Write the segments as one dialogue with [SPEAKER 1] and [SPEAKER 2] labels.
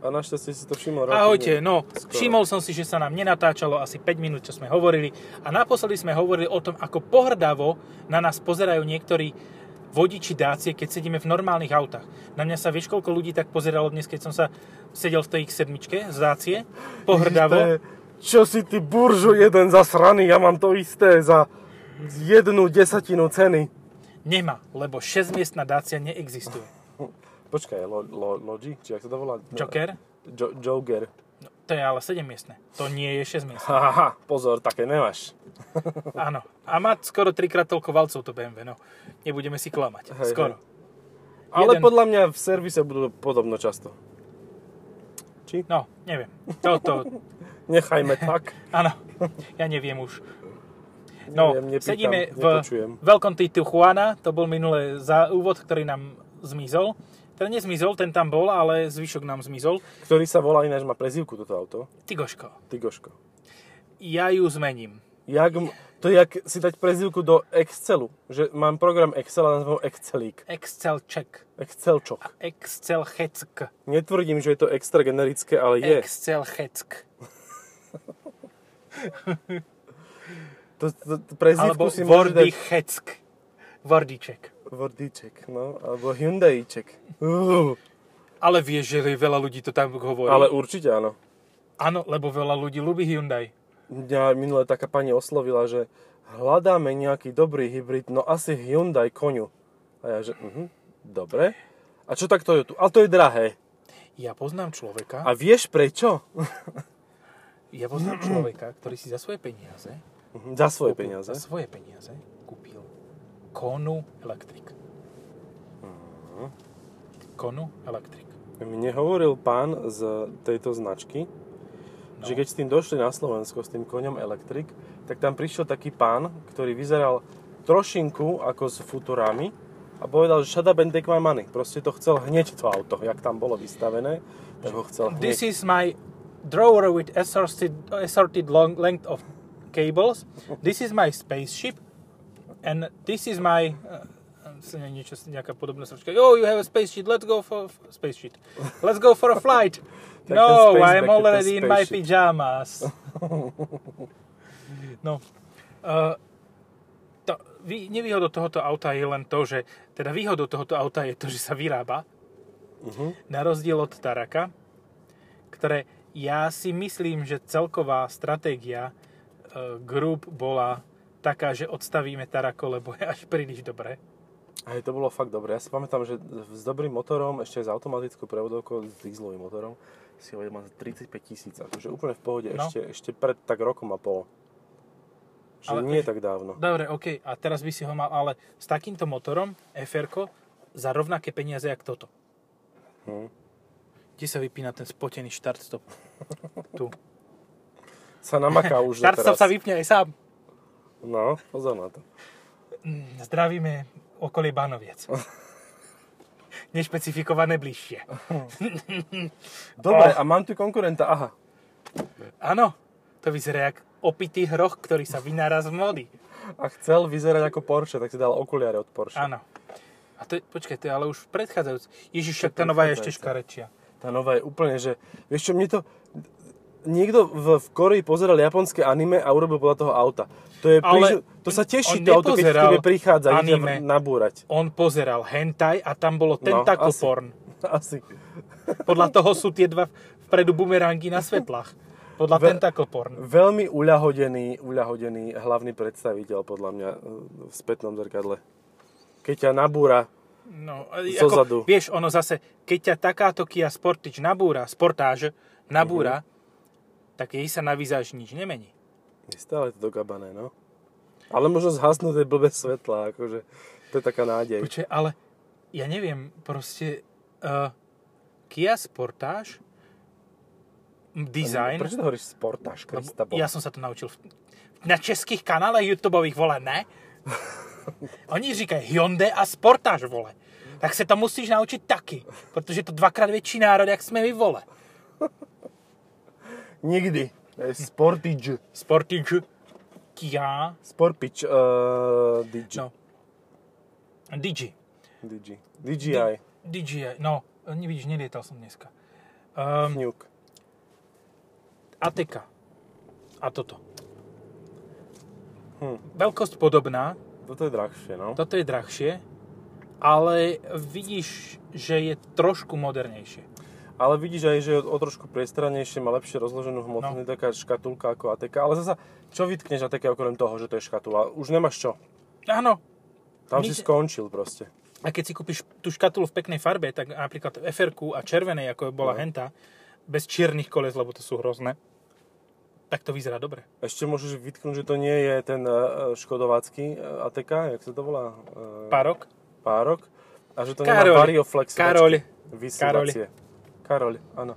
[SPEAKER 1] A našťastie si to všimol.
[SPEAKER 2] Ahojte,
[SPEAKER 1] relatívne
[SPEAKER 2] no,
[SPEAKER 1] skoro.
[SPEAKER 2] všimol som si, že sa nám nenatáčalo asi 5 minút, čo sme hovorili a naposledy sme hovorili o tom, ako pohrdavo na nás pozerajú niektorí vodiči dácie, keď sedíme v normálnych autách. Na mňa sa vieš, koľko ľudí tak pozeralo dnes, keď som sa sedel v tej ich sedmičke z dácie,
[SPEAKER 1] Ježiš,
[SPEAKER 2] pohrdavo.
[SPEAKER 1] to je- Čo si ty buržu jeden zasraný, ja mám to isté za jednu desatinu ceny.
[SPEAKER 2] Nemá, lebo 6-miestna dácia neexistuje.
[SPEAKER 1] Počkaj, lo, lo, Logi? Či jak sa to volá?
[SPEAKER 2] Joker?
[SPEAKER 1] Jo, Joker.
[SPEAKER 2] No, to je ale 7-miestne. To nie je 6-miestne.
[SPEAKER 1] Haha, pozor, také nemáš.
[SPEAKER 2] Áno. A má skoro trikrát toľko valcov to BMW, no. Nebudeme si klamať.
[SPEAKER 1] Hej,
[SPEAKER 2] skoro.
[SPEAKER 1] Ale
[SPEAKER 2] Jeden-
[SPEAKER 1] podľa mňa v servise budú podobno často. Či?
[SPEAKER 2] No, neviem. Toto,
[SPEAKER 1] Nechajme tak.
[SPEAKER 2] Áno, ja neviem už. No,
[SPEAKER 1] Neviem, nepýtam,
[SPEAKER 2] sedíme v
[SPEAKER 1] nepočujem.
[SPEAKER 2] veľkom Titu Juana, to bol minulé za úvod, ktorý nám zmizol. Ten nezmizol, ten tam bol, ale zvyšok nám zmizol.
[SPEAKER 1] Ktorý sa volá ináč, má prezývku toto auto.
[SPEAKER 2] Tygoško,
[SPEAKER 1] Tygoško.
[SPEAKER 2] ja ju zmením.
[SPEAKER 1] Jak, m- to je jak si dať prezývku do Excelu. Že mám program Excel a nazvem ho Excelík.
[SPEAKER 2] Excel check,
[SPEAKER 1] Excelčok.
[SPEAKER 2] Excel heck,
[SPEAKER 1] Netvrdím, že je to extra generické, ale je.
[SPEAKER 2] Excel heck.
[SPEAKER 1] To, to, to prezývku
[SPEAKER 2] Alebo
[SPEAKER 1] si môže dať
[SPEAKER 2] Wordy heck. Vordiček.
[SPEAKER 1] Vordíček, no, alebo Hyundaiček. Uh,
[SPEAKER 2] Ale vieš, že veľa ľudí to tam hovorí.
[SPEAKER 1] ale určite áno.
[SPEAKER 2] Áno, lebo veľa ľudí ľubí Hyundai.
[SPEAKER 1] Mňa minule taká pani oslovila, že hľadáme nejaký dobrý hybrid, no asi Hyundai koniu. A ja že, mhm, dobre. A čo tak to je tu? Ale to je drahé.
[SPEAKER 2] Ja poznám človeka,
[SPEAKER 1] A vieš prečo?
[SPEAKER 2] ja poznám človeka, ktorý si za svoje peniaze
[SPEAKER 1] Mhm, Za svoje
[SPEAKER 2] kúpil-
[SPEAKER 1] peniaze.
[SPEAKER 2] Za svoje peniaze kúpil Konu Electric. Konu Electric.
[SPEAKER 1] Mne hovoril pán z tejto značky,
[SPEAKER 2] No.
[SPEAKER 1] že keď s tým došli na Slovensko, s tým koňom elektrik, tak tam prišiel taký pán, ktorý vyzeral trošinku ako s futurami a povedal, že shut up and take my money. Proste to chcel hneď to auto, jak tam bolo vystavené, tak ho chcel hneď.
[SPEAKER 2] This is my drawer with assorted, assorted long length of cables. This is my spaceship. And this is my... Uh, uh, niečo, nejaká podobná srčka. Oh, you have a spaceship, let's go for... for spaceship. Let's go for a flight.
[SPEAKER 1] Tak ten space
[SPEAKER 2] no, I'm
[SPEAKER 1] back to ten
[SPEAKER 2] already in my
[SPEAKER 1] spaceship.
[SPEAKER 2] pyjamas. No. Uh, to, vý, nevýhodou tohoto auta je len to, že... Teda výhodou tohoto auta je to, že sa vyrába.
[SPEAKER 1] Mhm.
[SPEAKER 2] Na rozdiel od Taraka, ktoré ja si myslím, že celková stratégia e, Group bola taká, že odstavíme Tarako, lebo je až príliš dobré.
[SPEAKER 1] Hej, to bolo fakt dobre. Ja si pamätám, že s dobrým motorom, ešte aj s automatickou prevodovkou, s dieselovým motorom, si hovoril, mám za 35 tisíc. Akože úplne v pohode,
[SPEAKER 2] No.
[SPEAKER 1] ešte, ešte pred tak rokom a pol. Že
[SPEAKER 2] Ale-
[SPEAKER 1] nie tak dávno.
[SPEAKER 2] Dobre, OK, a teraz by si ho mal, ale s takýmto motorom, fr za rovnaké peniaze, jak toto.
[SPEAKER 1] Hm.
[SPEAKER 2] Kde sa vypína ten spotený štart-stop? Tu.
[SPEAKER 1] Sa namaká už na
[SPEAKER 2] Štart-stop
[SPEAKER 1] teraz.
[SPEAKER 2] sa vypne aj sám.
[SPEAKER 1] No, pozor na to.
[SPEAKER 2] Mm, Zdravíme okolie Banoviec. Nešpecifikované bližšie.
[SPEAKER 1] Dobre,
[SPEAKER 2] Oh.
[SPEAKER 1] a mám tu konkurenta, aha.
[SPEAKER 2] Áno, to vyzerá jak opitý hroch, ktorý sa vynára z mody.
[SPEAKER 1] A chcel vyzerať ako Porsche, tak si dal okuliare od Porsche.
[SPEAKER 2] Áno. A to je, počkaj, to je ale už predchádzajúc. Ježiš, však tá nová je ešte škarečia.
[SPEAKER 1] Tá nová je úplne, že... Vieš čo, mne to... Niekto v, v Koreji pozeral japonské anime a urobil podľa toho auta. To, je
[SPEAKER 2] Ale
[SPEAKER 1] priž... to sa teší,
[SPEAKER 2] on
[SPEAKER 1] to auto, keď k
[SPEAKER 2] nepozeral
[SPEAKER 1] tebe prichádza, ide
[SPEAKER 2] anime.
[SPEAKER 1] v- nabúrať.
[SPEAKER 2] On pozeral hentai a tam bolo
[SPEAKER 1] No,
[SPEAKER 2] tentacle
[SPEAKER 1] asi.
[SPEAKER 2] porn.
[SPEAKER 1] Asi.
[SPEAKER 2] Podľa toho sú tie dva vpredu bumerangy na svetlách. Podľa
[SPEAKER 1] Ve-
[SPEAKER 2] tentacle porn.
[SPEAKER 1] Veľmi uľahodený, uľahodený hlavný predstaviteľ, podľa mňa, v spätnom zrkadle. Keď ťa nabúra,
[SPEAKER 2] No,
[SPEAKER 1] Zo zadu.
[SPEAKER 2] ako, vieš, ono zase, keď ťa takáto Kia Sportage nabúra, Sportage
[SPEAKER 1] Mhm.
[SPEAKER 2] nabúra, tak jej sa na vizáž nič nemení.
[SPEAKER 1] je stále to dogabané, no. Ale možno zhasnú tie blbé svetlá, akože. To je taká nádej.
[SPEAKER 2] Počkaj, ale ja neviem, proste uh, Kia Sportage m, design,
[SPEAKER 1] Prečo to hovoríš sportáž,
[SPEAKER 2] lebo
[SPEAKER 1] Krista Boha?
[SPEAKER 2] ja som sa to naučil v, na českých kanále YouTubeových, vole, ne? Oni říkají Hyundai a Sportage, vole. Tak se to musíš naučit taky, protože to dvakrát větší národ, jak jsme my, vole.
[SPEAKER 1] Nikdy. To je Sportage.
[SPEAKER 2] Sportage, Kia,
[SPEAKER 1] Sporpič. Uh, Digi.
[SPEAKER 2] no, Digi.
[SPEAKER 1] Digi. DJI.
[SPEAKER 2] DJI, no, nevidíš, nelietal som dneska. Um,
[SPEAKER 1] Fňuk.
[SPEAKER 2] Ateka. A toto. Veľkosť podobná,
[SPEAKER 1] Toto je drahšie, no.
[SPEAKER 2] toto je drahšie, ale vidíš, že je trošku modernejšie.
[SPEAKER 1] Ale vidíš aj, že je o trošku priestranejšie, má lepšie rozloženú hmotu, no.
[SPEAKER 2] No.
[SPEAKER 1] taká škatulka ako ATK. Ale zasa, čo vytkneš ATK okrem toho, že to je škatula? Už nemáš čo.
[SPEAKER 2] Áno,
[SPEAKER 1] Tam
[SPEAKER 2] Nič-
[SPEAKER 1] si skončil proste.
[SPEAKER 2] a keď si kúpiš tú škatulu v peknej farbe, tak napríklad fr a červenej, ako
[SPEAKER 1] No.
[SPEAKER 2] bola henta, bez čiernych koles, lebo to sú hrozné, tak to vyzerá dobre.
[SPEAKER 1] Ešte môžeš vytknúť, že to nie je ten e, e, škodovácky e, ATK, jak sa to volá? E,
[SPEAKER 2] Parok.
[SPEAKER 1] Párok. A že to
[SPEAKER 2] Karol.
[SPEAKER 1] nemá varioflex.
[SPEAKER 2] Karol.
[SPEAKER 1] Vysílacie. Karol, áno.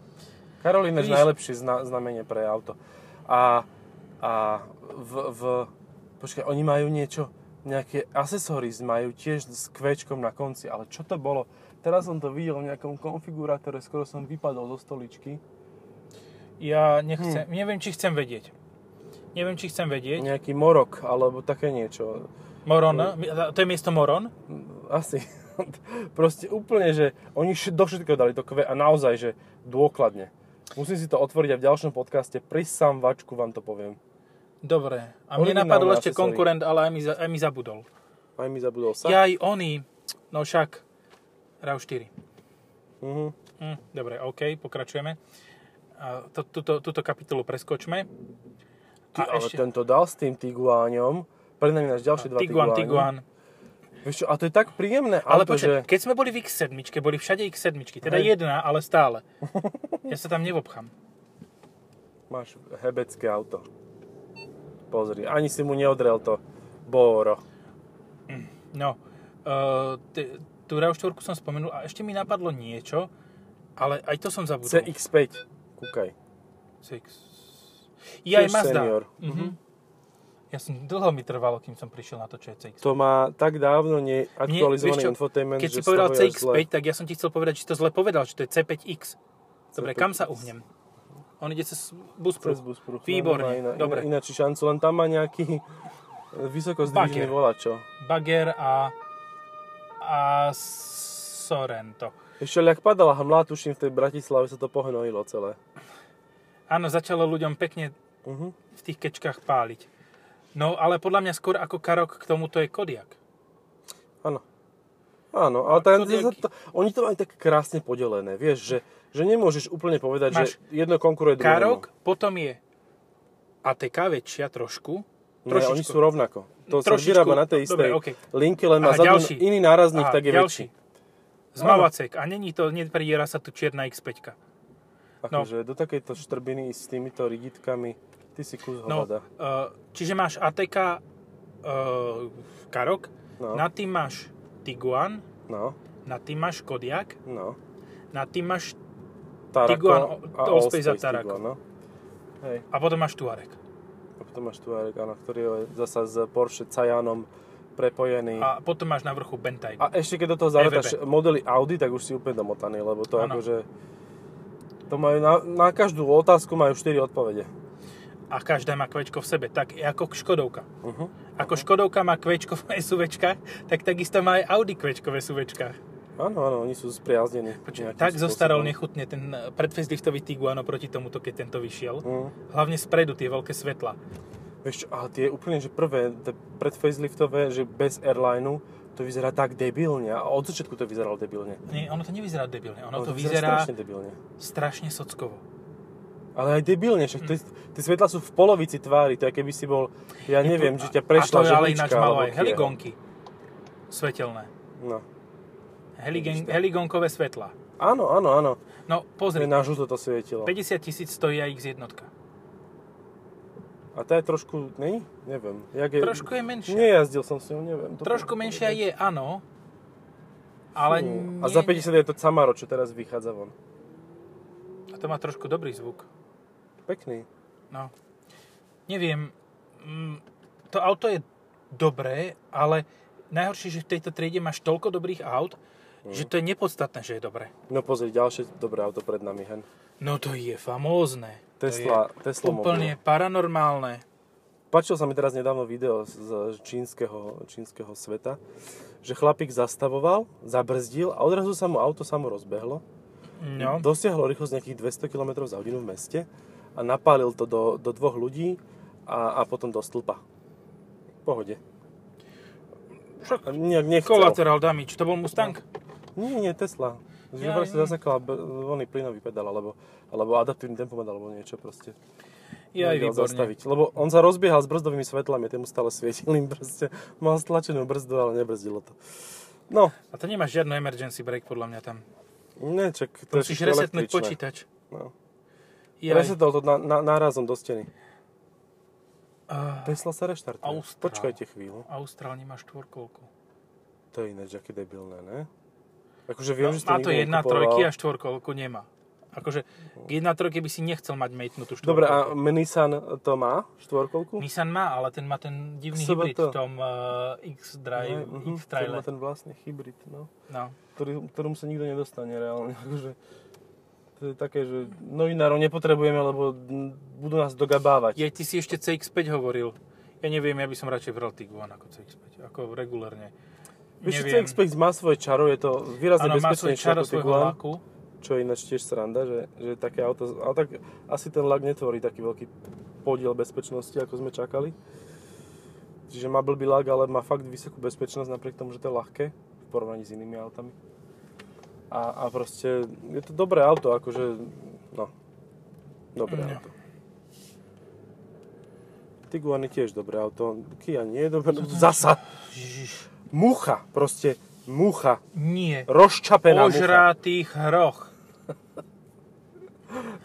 [SPEAKER 1] Karol ináč
[SPEAKER 2] Vidíš?
[SPEAKER 1] najlepšie zna, znamenie pre auto. A, a v, v... Počkaj, oni majú niečo, nejaké accessories majú tiež s kvečkom na konci, ale čo to bolo? Teraz som to videl v nejakom konfigurátore, skoro som vypadol zo stoličky.
[SPEAKER 2] Ja nechcem,
[SPEAKER 1] Hm.
[SPEAKER 2] neviem, či chcem vedieť. Neviem, či chcem vedieť.
[SPEAKER 1] Nejaký morok, alebo také niečo.
[SPEAKER 2] Moron, to je miesto Moron?
[SPEAKER 1] Asi. Proste úplne, že oni vš- do všetkého dali to kve a naozaj, že dôkladne. Musím si to otvoriť a v ďalšom podcaste pri sam vačku vám to poviem.
[SPEAKER 2] Dobre. A mne
[SPEAKER 1] Originálne
[SPEAKER 2] napadol ešte
[SPEAKER 1] accessory.
[SPEAKER 2] konkurent, ale aj mi, za- aj mi zabudol.
[SPEAKER 1] Aj mi zabudol sa.
[SPEAKER 2] Ja aj oni, no však, RAV4.
[SPEAKER 1] Mhm.
[SPEAKER 2] Hm, dobre, OK, pokračujeme. A to, tuto, túto kapitolu preskočme.
[SPEAKER 1] Ty, ale tento dal s tým Tiguáňom. Pre nami náš ďalšie dva
[SPEAKER 2] Tiguan,
[SPEAKER 1] Tiguány.
[SPEAKER 2] Tiguan.
[SPEAKER 1] Vieš čo, a to je tak príjemné
[SPEAKER 2] Ale
[SPEAKER 1] auto,
[SPEAKER 2] počkaj,
[SPEAKER 1] že...
[SPEAKER 2] keď sme boli v X7, boli všade X7, teda
[SPEAKER 1] Hej.
[SPEAKER 2] jedna, ale stále. Ja sa tam nevobchám.
[SPEAKER 1] Máš hebecké auto. Pozri, ani si mu neodrel to Boro.
[SPEAKER 2] No, uh, t- tú RAV4 som spomenul a ešte mi napadlo niečo, ale aj to som zabudol.
[SPEAKER 1] CX-5. Kúkaj.
[SPEAKER 2] CX. I
[SPEAKER 1] Tiež
[SPEAKER 2] aj Mazda.
[SPEAKER 1] senior.
[SPEAKER 2] Mhm. Ja som, dlho mi trvalo, kým som prišiel na to, čo je CX.
[SPEAKER 1] To má tak dávno
[SPEAKER 2] Mne-
[SPEAKER 1] neaktualizovaný
[SPEAKER 2] vieš čo,
[SPEAKER 1] infotainment,
[SPEAKER 2] Keď si
[SPEAKER 1] že z
[SPEAKER 2] povedal
[SPEAKER 1] toho je
[SPEAKER 2] CX-5,
[SPEAKER 1] zle.
[SPEAKER 2] tak ja som ti chcel povedať, že si to zle povedal, že to je C5X. Dobre,
[SPEAKER 1] C5X.
[SPEAKER 2] kam sa uhnem? On ide cez bus
[SPEAKER 1] Cez bus pruh.
[SPEAKER 2] Výborne,
[SPEAKER 1] Nemá
[SPEAKER 2] dobre.
[SPEAKER 1] no, Iná, ináči šancu, len tam má nejaký vysoko zdvižený
[SPEAKER 2] Bager.
[SPEAKER 1] volačo.
[SPEAKER 2] Bagger a, a Sorento.
[SPEAKER 1] Ešte ak padala hmla, tuším, v tej Bratislave sa to pohnojilo celé.
[SPEAKER 2] Áno, začalo ľuďom pekne
[SPEAKER 1] Mhm.
[SPEAKER 2] v tých kečkách páliť. No, ale podľa mňa skôr ako Karok k tomuto je Kodiak.
[SPEAKER 1] Áno. Áno, ale tam,
[SPEAKER 2] No, to nejaký-
[SPEAKER 1] zase to, oni to majú tak krásne podelené, vieš, že, že nemôžeš úplne povedať,
[SPEAKER 2] Máš
[SPEAKER 1] že jedno konkuruje druhému.
[SPEAKER 2] Karok, potom je ATK väčšia trošku.
[SPEAKER 1] Nie, No, oni sú rovnako. To sa
[SPEAKER 2] Trošičku.
[SPEAKER 1] vyrába na tej
[SPEAKER 2] Dobre,
[SPEAKER 1] istej
[SPEAKER 2] okej.
[SPEAKER 1] linke, len má
[SPEAKER 2] Aha,
[SPEAKER 1] zadu
[SPEAKER 2] ďalší.
[SPEAKER 1] iný nárazník,
[SPEAKER 2] Aha,
[SPEAKER 1] tak je
[SPEAKER 2] ďalší.
[SPEAKER 1] väčší.
[SPEAKER 2] Z Mavacek. A není to, nepridiera sa tu čierna X5.
[SPEAKER 1] Akože
[SPEAKER 2] No.
[SPEAKER 1] do takejto štrbiny s týmito rigitkami, ty si kus
[SPEAKER 2] No,
[SPEAKER 1] hovada.
[SPEAKER 2] eh, čiže máš ATK uh, e, Karok,
[SPEAKER 1] No.
[SPEAKER 2] nad tým máš Tiguan,
[SPEAKER 1] No,
[SPEAKER 2] nad tým máš Kodiak,
[SPEAKER 1] no.
[SPEAKER 2] nad tým máš
[SPEAKER 1] Tarako
[SPEAKER 2] Tiguan,
[SPEAKER 1] a
[SPEAKER 2] Allspace a Tarako.
[SPEAKER 1] Tiguan, no. Hej.
[SPEAKER 2] a potom máš Tuareg.
[SPEAKER 1] A potom máš Tuareg, áno, ktorý je zasa s Porsche Cayanom prepojený. A,
[SPEAKER 2] A potom máš na vrchu Bentayg.
[SPEAKER 1] a ešte keď do toho zarátaš modely Audi, tak už si úplne domotaný, lebo to
[SPEAKER 2] Áno.
[SPEAKER 1] akože... To majú na, na každú otázku majú 4 odpovede.
[SPEAKER 2] a každá má kvečko v sebe, tak ako Škodovka.
[SPEAKER 1] Uh-huh.
[SPEAKER 2] Ako Škodovka má kvečko v SUVčkách, tak takisto má aj Audi kvečko v SUVčkách.
[SPEAKER 1] Áno, áno, oni sú spriaznení. nejakým
[SPEAKER 2] Tak
[SPEAKER 1] spôsobom.
[SPEAKER 2] zostarol nechutne ten eh, predfezlichtový Tiguan oproti tomuto, keď tento vyšiel.
[SPEAKER 1] Mm.
[SPEAKER 2] Hlavne spredu tie veľké svetla.
[SPEAKER 1] Vieš čo, ale tie úplne, že prvé, tie predfaceliftové, že bez airlineu, to vyzerá tak debilne. A od začiatku to vyzeralo debilne.
[SPEAKER 2] Nie, ono to nevyzerá debilne, ono
[SPEAKER 1] Ale
[SPEAKER 2] No to vyzerá
[SPEAKER 1] strašne debilne.
[SPEAKER 2] strašne sockovo.
[SPEAKER 1] Ale aj debilne, však tie, tie svetla sú v polovici tvári, to je keby si bol, ja neviem, že ťa prešla
[SPEAKER 2] A to je ale
[SPEAKER 1] žehlička,
[SPEAKER 2] ináč malo
[SPEAKER 1] alebo
[SPEAKER 2] aj
[SPEAKER 1] kie.
[SPEAKER 2] heligonky svetelné.
[SPEAKER 1] No.
[SPEAKER 2] Heligen, heligonkové svetla.
[SPEAKER 1] Áno, áno, áno.
[SPEAKER 2] No
[SPEAKER 1] Mne
[SPEAKER 2] pozri,
[SPEAKER 1] na žlto to svietilo.
[SPEAKER 2] 50 tisíc stojí aj X1.
[SPEAKER 1] A tá je trošku, není? Neviem. Jak je...
[SPEAKER 2] Trošku je menšia.
[SPEAKER 1] Nejazdil som s ňou, neviem. To
[SPEAKER 2] Trošku menšia je, áno. Ale
[SPEAKER 1] Fú.
[SPEAKER 2] nie,
[SPEAKER 1] A za 50 je to Camaro, čo teraz vychádza von.
[SPEAKER 2] A to má trošku dobrý zvuk.
[SPEAKER 1] Pekný.
[SPEAKER 2] No. Neviem, mm, to auto je dobré, ale najhoršie, že v tejto triede máš toľko dobrých aut,
[SPEAKER 1] Mm.
[SPEAKER 2] že to je nepodstatné, že je dobré.
[SPEAKER 1] No pozri, ďalšie dobré auto pred nami, hen.
[SPEAKER 2] No to je famózne.
[SPEAKER 1] Tesla,
[SPEAKER 2] to je
[SPEAKER 1] Tesla
[SPEAKER 2] úplne paranormálne.
[SPEAKER 1] Páčil sa mi teraz nedávno video z- z čínskeho, čínskeho sveta, že chlapík zastavoval, zabrzdil a odrazu sa mu auto samo rozbehlo
[SPEAKER 2] No.
[SPEAKER 1] dosiahlo rýchlosť nejakých 200 km za hodinu v meste a napálil to do, do dvoch ľudí a, a potom do stĺpa. V pohode. A
[SPEAKER 2] Však
[SPEAKER 1] Nejak nechcel.
[SPEAKER 2] Collateral damage, to bol Mustang?
[SPEAKER 1] No. Nie, nie, Tesla. Že
[SPEAKER 2] Ja,
[SPEAKER 1] ja, proste
[SPEAKER 2] ja.
[SPEAKER 1] zasekala b- oný plynový pedál, alebo, alebo adaptívny tempomat, alebo niečo proste. Nevedel
[SPEAKER 2] Ja aj výborne.
[SPEAKER 1] No, zastaviť. Lebo on sa rozbiehal s brzdovými svetlami, tie mu stále svietili proste. Mal stlačenú brzdu, ale nebrzdilo to. No,
[SPEAKER 2] A to nemáš žiadnu emergency brake podľa mňa tam.
[SPEAKER 1] ne, čak, to je
[SPEAKER 2] Musíš
[SPEAKER 1] všetko
[SPEAKER 2] resetnúť
[SPEAKER 1] električné.
[SPEAKER 2] počítač.
[SPEAKER 1] No.
[SPEAKER 2] Jaj.
[SPEAKER 1] Resetol to na, na, nárazom do steny.
[SPEAKER 2] Ah,
[SPEAKER 1] Tesla sa reštartuje.
[SPEAKER 2] Austrál.
[SPEAKER 1] Počkajte chvíľu.
[SPEAKER 2] Austrál nemá štvorkolku.
[SPEAKER 1] To je ináč aké debilné, ne? Akože viem, že to
[SPEAKER 2] Má to
[SPEAKER 1] nikto
[SPEAKER 2] jedna
[SPEAKER 1] nekupoval.
[SPEAKER 2] trojky No, a štvorkolku nemá. Akože k jedna trojke by si nechcel mať matenutú štvorkolku.
[SPEAKER 1] Dobre, a Nissan to má? Štvorkolku?
[SPEAKER 2] Nissan má, ale ten má ten divný
[SPEAKER 1] SBT.
[SPEAKER 2] hybrid v tom uh, X-Drive,
[SPEAKER 1] Mhm, mhm, ktorý
[SPEAKER 2] X-Traile.
[SPEAKER 1] má ten vlastný hybrid, no.
[SPEAKER 2] No.
[SPEAKER 1] Ktorý, ktorom sa nikto nedostane reálne. Akože, to je také, že novinárov nepotrebujeme, lebo mm, budú nás dogabávať.
[SPEAKER 2] Ja, ty si ešte CX-5 hovoril. Ja neviem, ja by som radšej vral Tiguan ako CX-5, ako regulérne.
[SPEAKER 1] Vieš, neviem.
[SPEAKER 2] Neviem.
[SPEAKER 1] CX-5 má svoje čaro, je to výrazne
[SPEAKER 2] Áno, má svoj
[SPEAKER 1] bezpečnejšie
[SPEAKER 2] čaro
[SPEAKER 1] ako
[SPEAKER 2] svojho
[SPEAKER 1] Tiguan,
[SPEAKER 2] laku.
[SPEAKER 1] čo je ináč tiež sranda, že, že také auto, ale tak asi ten lak netvorí taký veľký podiel bezpečnosti, ako sme čakali. Čiže má blbý lag, ale má fakt vysokú bezpečnosť napriek tomu, že to je ľahké v porovnaní s inými autami. A, a proste je to dobré auto, akože, no, dobré
[SPEAKER 2] No.
[SPEAKER 1] auto. Tiguan je tiež dobré auto, Kia nie je dobré, no zasa
[SPEAKER 2] Ježiš.
[SPEAKER 1] mucha, proste mucha,
[SPEAKER 2] Nie.
[SPEAKER 1] rozčapená mucha.
[SPEAKER 2] Ožratých hroch.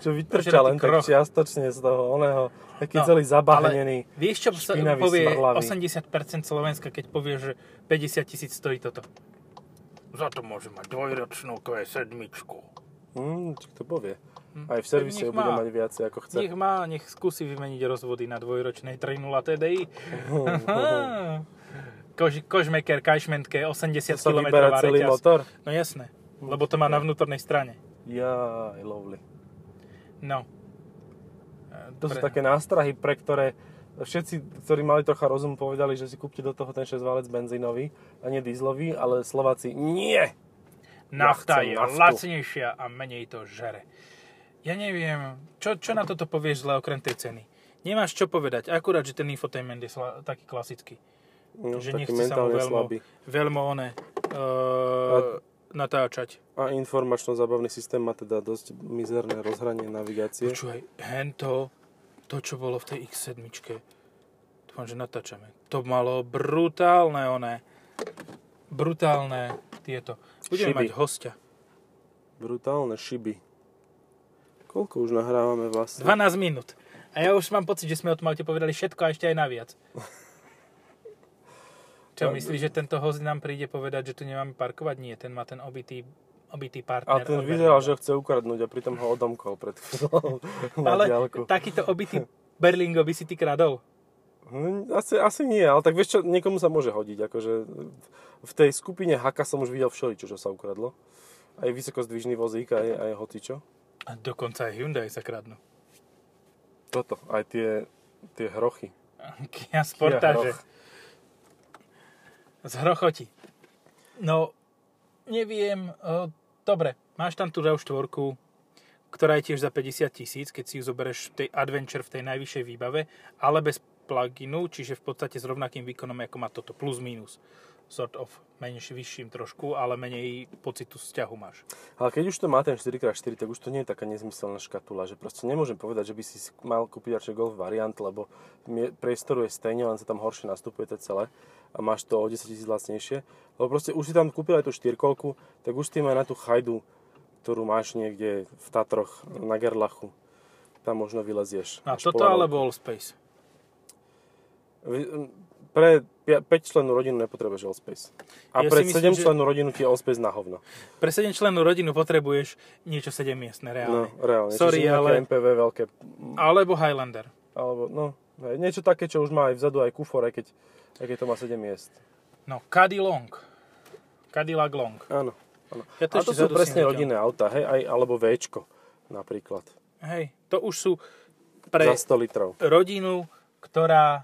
[SPEAKER 1] Čo vytrča len tak
[SPEAKER 2] kroch.
[SPEAKER 1] čiastočne z toho oného, taký
[SPEAKER 2] No,
[SPEAKER 1] celý zabahnený.
[SPEAKER 2] Vieš, čo sa
[SPEAKER 1] Špinavý,
[SPEAKER 2] povie
[SPEAKER 1] smrdlavý.
[SPEAKER 2] 80% Slovenska, keď povie, že 50 tisíc stojí toto? Za to môže mať dvojročnú Q7.
[SPEAKER 1] Hmm, čo to povie.
[SPEAKER 2] Hm.
[SPEAKER 1] Aj v servise ju
[SPEAKER 2] Nech
[SPEAKER 1] bude
[SPEAKER 2] má.
[SPEAKER 1] mať viacej ako chce.
[SPEAKER 2] Nech má, nech skúsi vymeniť rozvody na dvojročnej 3.0 TDI. Kož, kožmeker, kajšmentke, 80
[SPEAKER 1] To sa
[SPEAKER 2] km
[SPEAKER 1] vyberá celý
[SPEAKER 2] reťaz.
[SPEAKER 1] motor.
[SPEAKER 2] No jasné, lebo to má na vnútornej strane.
[SPEAKER 1] Jaj, lovely.
[SPEAKER 2] No.
[SPEAKER 1] To sú také nástrahy, pre ktoré všetci, ktorí mali trocha rozum, povedali, že si kúpte do toho ten 6-valec benzínový a nie dieselový, ale Slováci nie!
[SPEAKER 2] Nafta
[SPEAKER 1] Ja chcem
[SPEAKER 2] je
[SPEAKER 1] naftu.
[SPEAKER 2] lacnejšia a menej to žere. Ja neviem, čo, čo na toto povieš zle okrem tej ceny? Nemáš čo povedať, akurát, že ten infotainment je sla, taký klasický.
[SPEAKER 1] No,
[SPEAKER 2] že
[SPEAKER 1] taký
[SPEAKER 2] nechce sa mu
[SPEAKER 1] mentálne
[SPEAKER 2] veľmi,
[SPEAKER 1] slabý.
[SPEAKER 2] veľmi one, uh, natáčať.
[SPEAKER 1] A informačno-zabavný systém má teda dosť mizerné rozhranie navigácie.
[SPEAKER 2] Počúvaj, hento, to čo bolo v tej X7, dúfam, že natáčame, to malo brutálne one, brutálne tieto. Budeme
[SPEAKER 1] Šiby.
[SPEAKER 2] mať hostia.
[SPEAKER 1] Brutálne šiby. Koľko už nahrávame vlastne?
[SPEAKER 2] 12 minút. A ja už mám pocit, že sme o tom aute povedali všetko a ešte aj naviac.
[SPEAKER 1] No,
[SPEAKER 2] Čo myslíš, že tento host nám príde povedať, že tu nemáme parkovať? Nie, ten má ten obitý,
[SPEAKER 1] A
[SPEAKER 2] obitý partner.
[SPEAKER 1] ten
[SPEAKER 2] Overlorda.
[SPEAKER 1] vyzeral, že ho chce ukradnúť a pritom ho odomkol pred chvíľou na
[SPEAKER 2] Ale
[SPEAKER 1] diálku.
[SPEAKER 2] takýto obitý Berlingo by si ty kradol.
[SPEAKER 1] Hm, Asi, asi nie, ale tak vieš čo, niekomu sa môže hodiť. Akože v tej skupine haka som už videl všeličo, čo sa ukradlo. Aj vysokozdvižný vozík, aj, aj hocičo.
[SPEAKER 2] A dokonca aj Hyundai sa kradnú.
[SPEAKER 1] Toto, aj tie, tie hrochy.
[SPEAKER 2] Kia Sportage.
[SPEAKER 1] Kia Hroch.
[SPEAKER 2] Z hrochoti. No, neviem. O, dobre, máš tam tú RAV4, ktorá je tiež za 50 tisíc, keď si ju zoberieš v tej Adventure v tej najvyššej výbave, ale bez pluginu, čiže v podstate s rovnakým výkonom, ako má toto, plus minus. Sort of menš, vyšším trošku, ale menej pocitu vzťahu máš.
[SPEAKER 1] Ale keď už to má ten 4x4, tak už to nie je taká nezmyselná škatula, že proste nemôžem povedať, že by si si mal kúpiť radšej Golf variant, lebo mie- priestoru je stejne, len sa tam horšie nastupuje to celé a máš to o 10 tisíc lacnejšie. Lebo proste už si tam kúpil aj tú štyrkolku, tak už tým aj na tú chajdu, ktorú máš niekde v Tatroch na Gerlachu, tam možno vylezieš.
[SPEAKER 2] No a
[SPEAKER 1] Až
[SPEAKER 2] toto
[SPEAKER 1] po ľavú.
[SPEAKER 2] alebo All Space.
[SPEAKER 1] Vy- Pre 5 členú rodinu nepotrebuješ Allspace. A
[SPEAKER 2] Ja
[SPEAKER 1] pre
[SPEAKER 2] si
[SPEAKER 1] 7
[SPEAKER 2] myslím, že-
[SPEAKER 1] členú rodinu ti je Allspace na hovno.
[SPEAKER 2] Pre 7 členov rodinu potrebuješ niečo 7 miestne,
[SPEAKER 1] No,
[SPEAKER 2] reálne.
[SPEAKER 1] reálne.
[SPEAKER 2] Sorry,
[SPEAKER 1] Čiže nejaké
[SPEAKER 2] ale-
[SPEAKER 1] MPV veľké
[SPEAKER 2] Alebo Highlander.
[SPEAKER 1] Alebo, no, hej, niečo také, čo už má aj vzadu, aj kufor, aj keď, aj keď to má 7 miest.
[SPEAKER 2] No, Caddy Long. Cadillac Long.
[SPEAKER 1] Áno, áno.
[SPEAKER 2] Ja
[SPEAKER 1] To a to
[SPEAKER 2] ešte
[SPEAKER 1] sú
[SPEAKER 2] zadusím
[SPEAKER 1] presne
[SPEAKER 2] zatiaľ.
[SPEAKER 1] rodinné auta, hej, aj, alebo Včko napríklad,
[SPEAKER 2] Hej, to už sú pre
[SPEAKER 1] za 100 litrov.
[SPEAKER 2] rodinu, ktorá,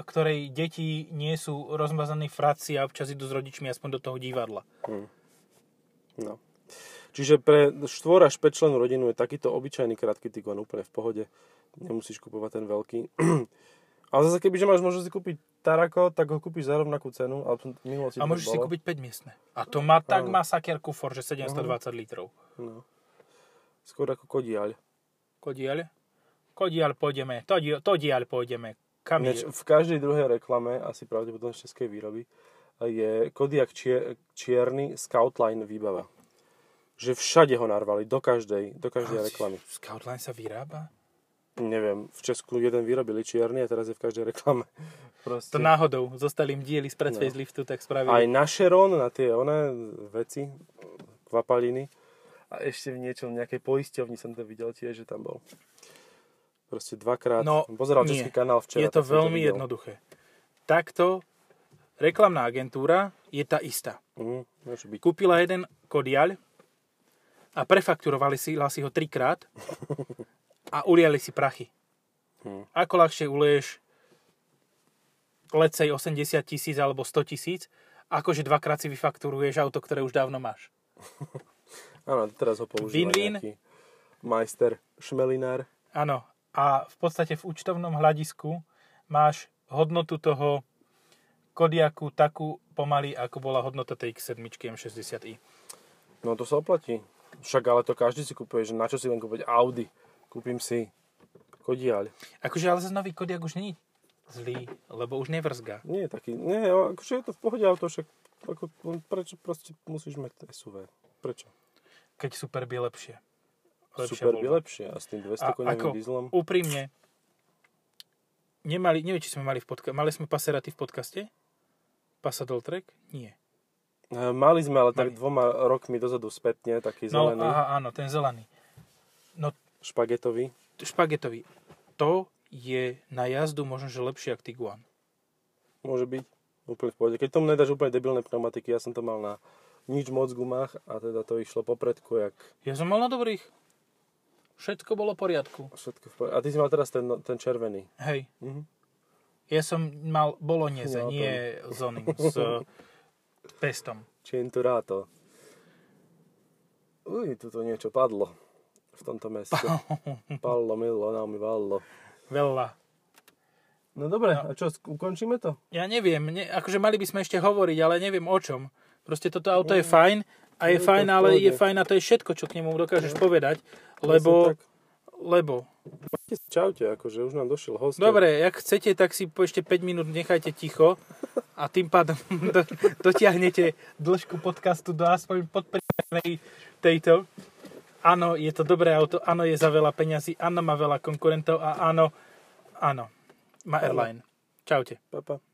[SPEAKER 2] ktorej deti nie sú rozmazaní fraci a občas idú s rodičmi aspoň do toho divadla.
[SPEAKER 1] No. Čiže pre 4 až 5 členov rodinu je takýto obyčajný krátky Tiguan úplne v pohode. Nemusíš kupovať ten veľký. Ale zase kebyže máš možnosť si kúpiť Tarako, tak ho kúpiš za rovnakú cenu. Ale v minulosti
[SPEAKER 2] A
[SPEAKER 1] to
[SPEAKER 2] môžeš si
[SPEAKER 1] bolo.
[SPEAKER 2] kúpiť 5 miestne. A to má tak
[SPEAKER 1] Áno.
[SPEAKER 2] masaker kufor, že 720 litrov.
[SPEAKER 1] No. Skôr ako kodiaľ.
[SPEAKER 2] Kodiaľ? Kodiaľ pôjdeme, to, di- to diaľ pôjdeme. Kam
[SPEAKER 1] Ináč,
[SPEAKER 2] je?
[SPEAKER 1] v každej druhej reklame, asi pravdepodobne z českej výroby, je Kodiak čier, čierny Scoutline výbava. Že všade ho narvali, do každej, do každej reklamy.
[SPEAKER 2] Scoutline sa vyrába?
[SPEAKER 1] Neviem, v Česku jeden vyrobili čierny a teraz je v každej reklame. Proste.
[SPEAKER 2] To náhodou, zostali im diely z Predspace liftu,
[SPEAKER 1] Aj
[SPEAKER 2] tak spravili.
[SPEAKER 1] na Sharon, na tie one veci, kvapaliny. A ešte v niečom, v nejakej poisťovni som to videl tiež, že tam bol. Proste dvakrát.
[SPEAKER 2] No,
[SPEAKER 1] Pozeral
[SPEAKER 2] nie.
[SPEAKER 1] Český kanál včera.
[SPEAKER 2] je to
[SPEAKER 1] tak som
[SPEAKER 2] veľmi
[SPEAKER 1] videl.
[SPEAKER 2] jednoduché. Takto reklamná agentúra je tá istá.
[SPEAKER 1] Mhm, môže byť.
[SPEAKER 2] Kúpila jeden kodiaľ a prefakturovali si, la si ho trikrát a uliali si prachy.
[SPEAKER 1] Hm.
[SPEAKER 2] Ako ľahšie ulieš lecej 80 tisíc alebo 100 tisíc, akože dvakrát si vyfakturuješ auto, ktoré už dávno máš.
[SPEAKER 1] Áno, teraz ho používa
[SPEAKER 2] Win-win.
[SPEAKER 1] nejaký majster šmelinár.
[SPEAKER 2] Áno. A v podstate v účtovnom hľadisku máš hodnotu toho Kodiaku takú pomaly, ako bola hodnota tej X7 M60i.
[SPEAKER 1] No to sa oplatí. Však ale to každý si kupuje, že na čo si len kúpiť Audi. Kúpim si kodiaľ.
[SPEAKER 2] Akože ale zase nový Kodiak už není zlý, lebo už nevrzga.
[SPEAKER 1] Nie je taký, nie, akože je to v pohode auto, však ako, no, prečo proste musíš mať SUV? Prečo?
[SPEAKER 2] Keď Superb je lepšie.
[SPEAKER 1] Super je
[SPEAKER 2] voľba.
[SPEAKER 1] lepšie a s tým 200 koňovým dieslom. Ehm,
[SPEAKER 2] úprimne, nemali, neviem, či sme mali v podcaste, mali sme Passerati v podcaste? Passadol Trek? Nie.
[SPEAKER 1] E, Mali sme ale tak
[SPEAKER 2] Mali.
[SPEAKER 1] dvoma rokmi dozadu spätne, taký
[SPEAKER 2] No,
[SPEAKER 1] zelený,
[SPEAKER 2] aha, áno, ten zelený. No,
[SPEAKER 1] špagetový.
[SPEAKER 2] špagetový. To je na jazdu možno, že lepšie ako Tiguan.
[SPEAKER 1] Môže byť úplne v pohode. Keď tomu nedáš úplne debilné pneumatiky, ja som to mal na nič moc gumách a teda to išlo popredku, jak
[SPEAKER 2] Ja som mal na dobrých. Všetko bolo v poriadku.
[SPEAKER 1] všetko v pohode. A ty si mal teraz ten, no, ten červený.
[SPEAKER 2] Hej.
[SPEAKER 1] Mhm.
[SPEAKER 2] Ja som mal bolognese,
[SPEAKER 1] Ja,
[SPEAKER 2] nie s oným, s eh, pestom.
[SPEAKER 1] Centurato. Uj, tu to niečo padlo v tomto meste. Pallo, milo, nám vallo.
[SPEAKER 2] Veľa.
[SPEAKER 1] No dobre, a čo, sk- ukončíme to?
[SPEAKER 2] Ja neviem, ne, akože mali by sme ešte hovoriť, ale neviem o čom. Proste toto auto je fajn a je
[SPEAKER 1] Mm. Je to
[SPEAKER 2] fajn,
[SPEAKER 1] v
[SPEAKER 2] ale
[SPEAKER 1] pohode. No.
[SPEAKER 2] je fajn a to je všetko, čo k nemu dokážeš povedať, lebo,
[SPEAKER 1] Presne tak.
[SPEAKER 2] lebo
[SPEAKER 1] Majte sa, Čaute, akože už nám došiel host.
[SPEAKER 2] Dobre, ak chcete, tak si po ešte 5 minút nechajte ticho a tým pádom do, dotiahnete dĺžku podcastu do aspoň podpriemernej tejto. Áno, je to dobré auto, áno, je za veľa peňazí, áno, má veľa konkurentov a áno, áno, má airline. Čaute.
[SPEAKER 1] Pa, pa.